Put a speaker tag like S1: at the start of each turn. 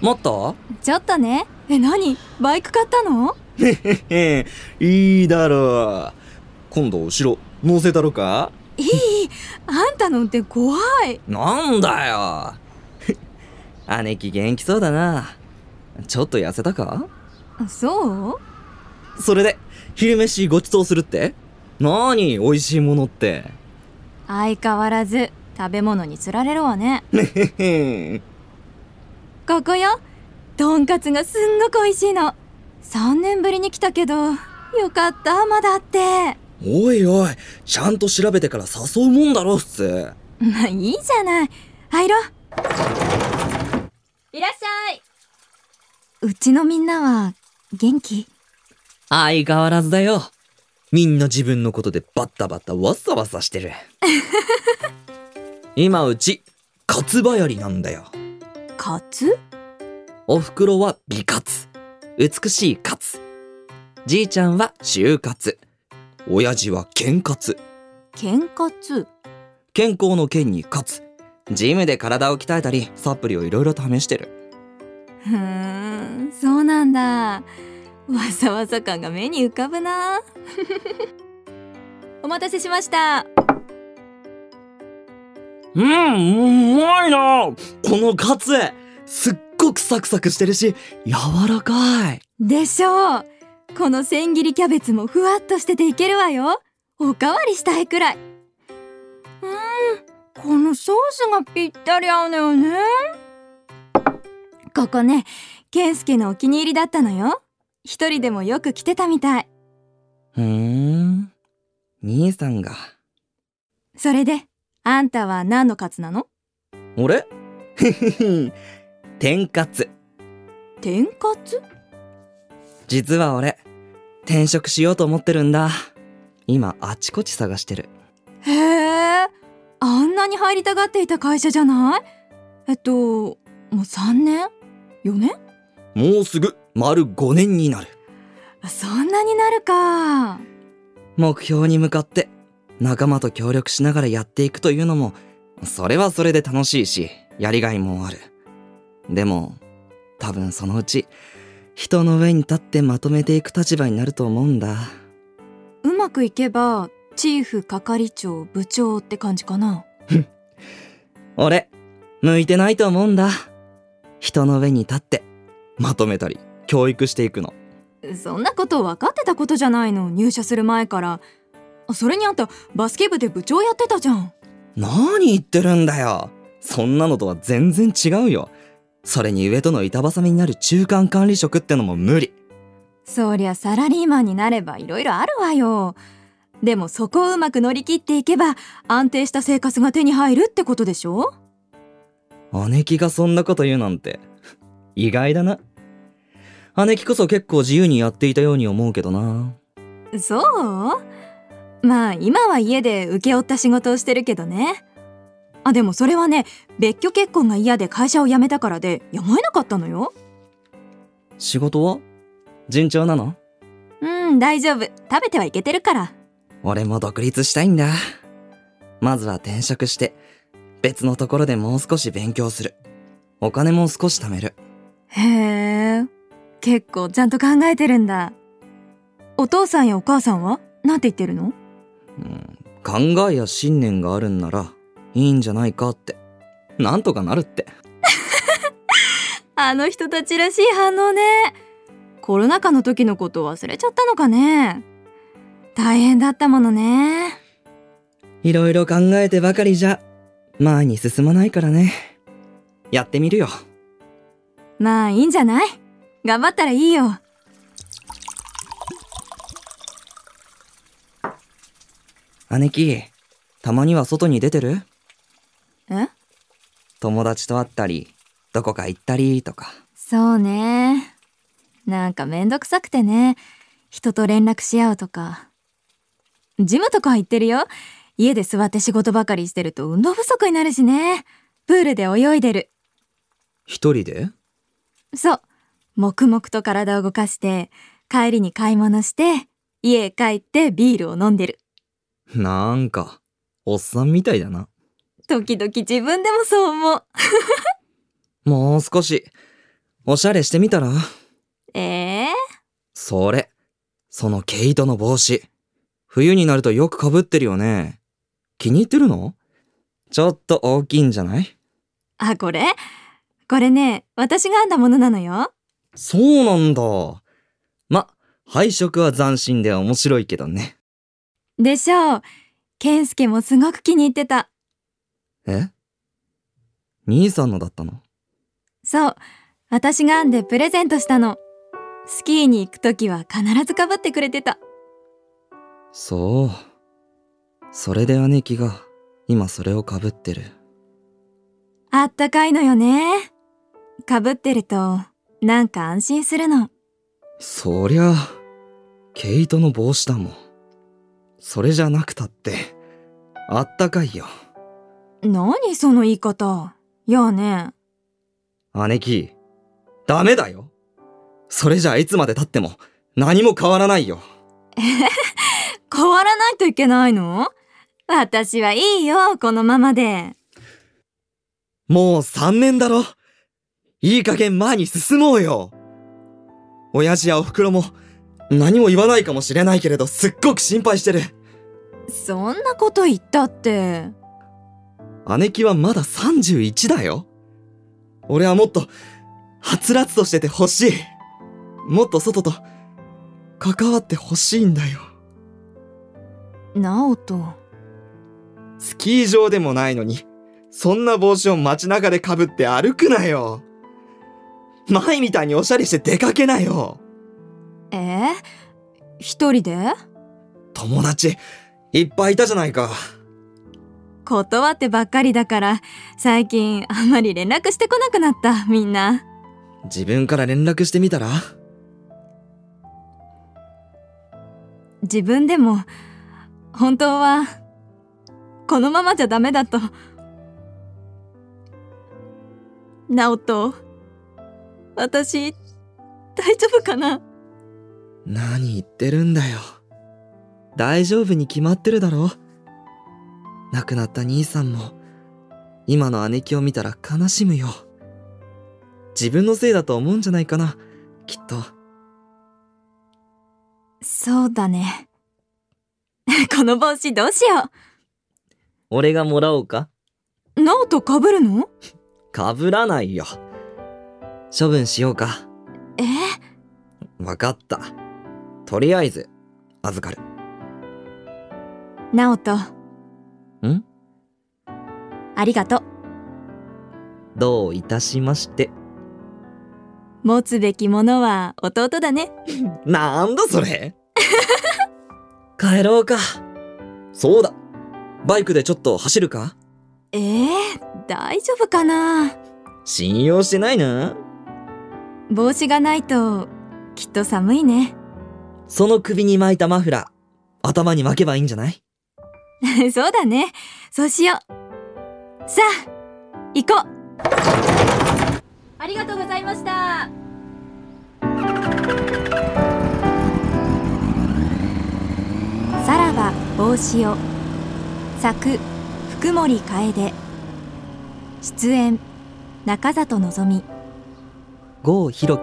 S1: もっと
S2: ちょっとねえ何バイク買ったの
S1: へへいいだろう今度後ろ乗せたろか
S2: いいあんたのって怖い
S1: なんだよ姉貴元気そうだなちょっと痩せたか
S2: そう
S1: それで昼飯ごちそうするって何美味しいものって
S2: 相変わらず食べ物につられるわね
S1: へへ
S2: ここよとんかつがすんごく美味しいの3年ぶりに来たけどよかったまだあって
S1: おいおいちゃんと調べてから誘うもんだろ普通
S2: まあいいじゃない入ろいらっしゃいうちのみんなは元気
S1: 相変わらずだよみんな自分のことでバッタバッタワッサワッサして る今うちカツバヤリなんだよ
S2: カツ
S1: おふくろは美活美しいカツじいちゃんは就活親父は健活
S2: 喧嘩つ
S1: 健康の健に勝つジムで体を鍛えたりサプリをいろいろ試してる
S2: ふーんそうなんだわざわざ感が目に浮かぶな お待たせしました
S1: うんうまいなこのカツすっごくサクサクしてるし柔らかい
S2: でしょうこの千切りキャベツもふわっとしてていけるわよおかわりしたいくらいうーんこのソースがぴったり合うのよねここね健介のお気に入りだったのよ一人でもよく来てたみたい
S1: ふーん兄さんが
S2: それであんたは何のカツなの
S1: 俺ふふふ 天カツ
S2: 天カツ
S1: 実は俺転職しようと思ってるんだ今あちこち探してる
S2: へえあんなに入りたがっていた会社じゃないえっともう3年4年
S1: もうすぐ丸5年になる
S2: そんなになるか
S1: 目標に向かって仲間と協力しながらやっていくというのもそれはそれで楽しいしやりがいもあるでも多分そのうち人の上に立ってまとめていく立場になると思うんだ
S2: うまくいけばチーフ係長部長って感じかな
S1: 俺向いてないと思うんだ人の上に立ってまとめたり教育していくの
S2: そんなこと分かってたことじゃないの入社する前からそれにあんたバスケ部で部長やってたじゃん
S1: 何言ってるんだよそんなのとは全然違うよそれに上との板挟みになる中間管理職ってのも無理
S2: そりゃサラリーマンになればいろいろあるわよでもそこをうまく乗り切っていけば安定した生活が手に入るってことでしょ
S1: 姉貴がそんなこと言うなんて意外だな姉貴こそ結構自由にやっていたように思うけどな
S2: そうまあ今は家で請け負った仕事をしてるけどねあでもそれはね別居結婚が嫌で会社を辞めたからでやむを得なかったのよ
S1: 仕事は順調なの
S2: うん大丈夫食べてはいけてるから
S1: 俺も独立したいんだまずは転職して別のところでもう少し勉強するお金も少し貯める
S2: へえ結構ちゃんと考えてるんだお父さんやお母さんはなんて言ってるの
S1: うん考えや信念があるんならいいんじゃないかってなんとかなるって
S2: あの人たちらしい反応ねコロナ禍の時のこと忘れちゃったのかね大変だったものね
S1: いろいろ考えてばかりじゃ前に進まないからねやってみるよ
S2: まあいいんじゃない頑張ったらいいよ
S1: 姉貴たまには外に出てる
S2: え
S1: 友達と会ったりどこか行ったりとか
S2: そうねなんかめんどくさくてね人と連絡し合うとかジムとか行ってるよ家で座って仕事ばかりしてると運動不足になるしねプールで泳いでる
S1: 一人で
S2: そう黙々と体を動かして帰りに買い物して家へ帰ってビールを飲んでる
S1: なんかおっさんみたいだな
S2: 時々自分でもそう思う
S1: もう少しおしゃれしてみたら
S2: ええ
S1: それ。その毛糸の帽子。冬になるとよくかぶってるよね。気に入ってるのちょっと大きいんじゃない
S2: あ、これこれね、私が編んだものなのよ。
S1: そうなんだ。ま、配色は斬新で面白いけどね。
S2: でしょう。健介もすごく気に入ってた。
S1: え兄さんのだったの
S2: そう。私が編んでプレゼントしたの。スキーに行くときは必ずかぶってくれてた。
S1: そう。それで姉貴が今それをかぶってる。
S2: あったかいのよね。かぶってると、なんか安心するの。
S1: そりゃあ、毛糸の帽子だもん。それじゃなくたって、あったかいよ。
S2: 何その言い方。やあね。
S1: 姉貴、ダメだよ。それじゃいつまで経っても何も変わらないよ。
S2: 変わらないといけないの私はいいよ、このままで。
S1: もう3年だろ。いい加減前に進もうよ。親父やお袋も何も言わないかもしれないけれどすっごく心配してる。
S2: そんなこと言ったって。
S1: 姉貴はまだ31だよ。俺はもっと、はつらつとしてて欲しい。もっと外と、関わって欲しいんだよ。
S2: なおと。
S1: スキー場でもないのに、そんな帽子を街中で被って歩くなよ。前みたいにおしゃれして出かけなよ。
S2: えー一人で
S1: 友達、いっぱいいたじゃないか。
S2: 断ってばっかりだから、最近あんまり連絡してこなくなった、みんな。
S1: 自分から連絡してみたら
S2: 自分でも、本当は、このままじゃダメだと。なおと、私、大丈夫かな
S1: 何言ってるんだよ。大丈夫に決まってるだろ。亡くなった兄さんも、今の姉貴を見たら悲しむよ。自分のせいだと思うんじゃないかな、きっと。
S2: そうだね。 この帽子どうしよ
S1: 俺がもらおうか
S2: う。なおと被るの
S1: かぶらないよ。処分しようか。
S2: え
S1: わかった。とりあえず、預かる。
S2: なおと。
S1: ん
S2: ありがとう。
S1: どういたしまして。
S2: 持つべきものは弟だね。
S1: なんだそれ 帰ろうか。そうだ。バイクでちょっと走るか
S2: えー、大丈夫かな
S1: 信用してないな。
S2: 帽子がないと、きっと寒いね。
S1: その首に巻いたマフラー、頭に巻けばいいんじゃない
S2: そうだね。そうしよう。さあ、行こうありがとうございましたさらば帽子を作福森楓出演中里のぞみ
S1: 郷ひろき。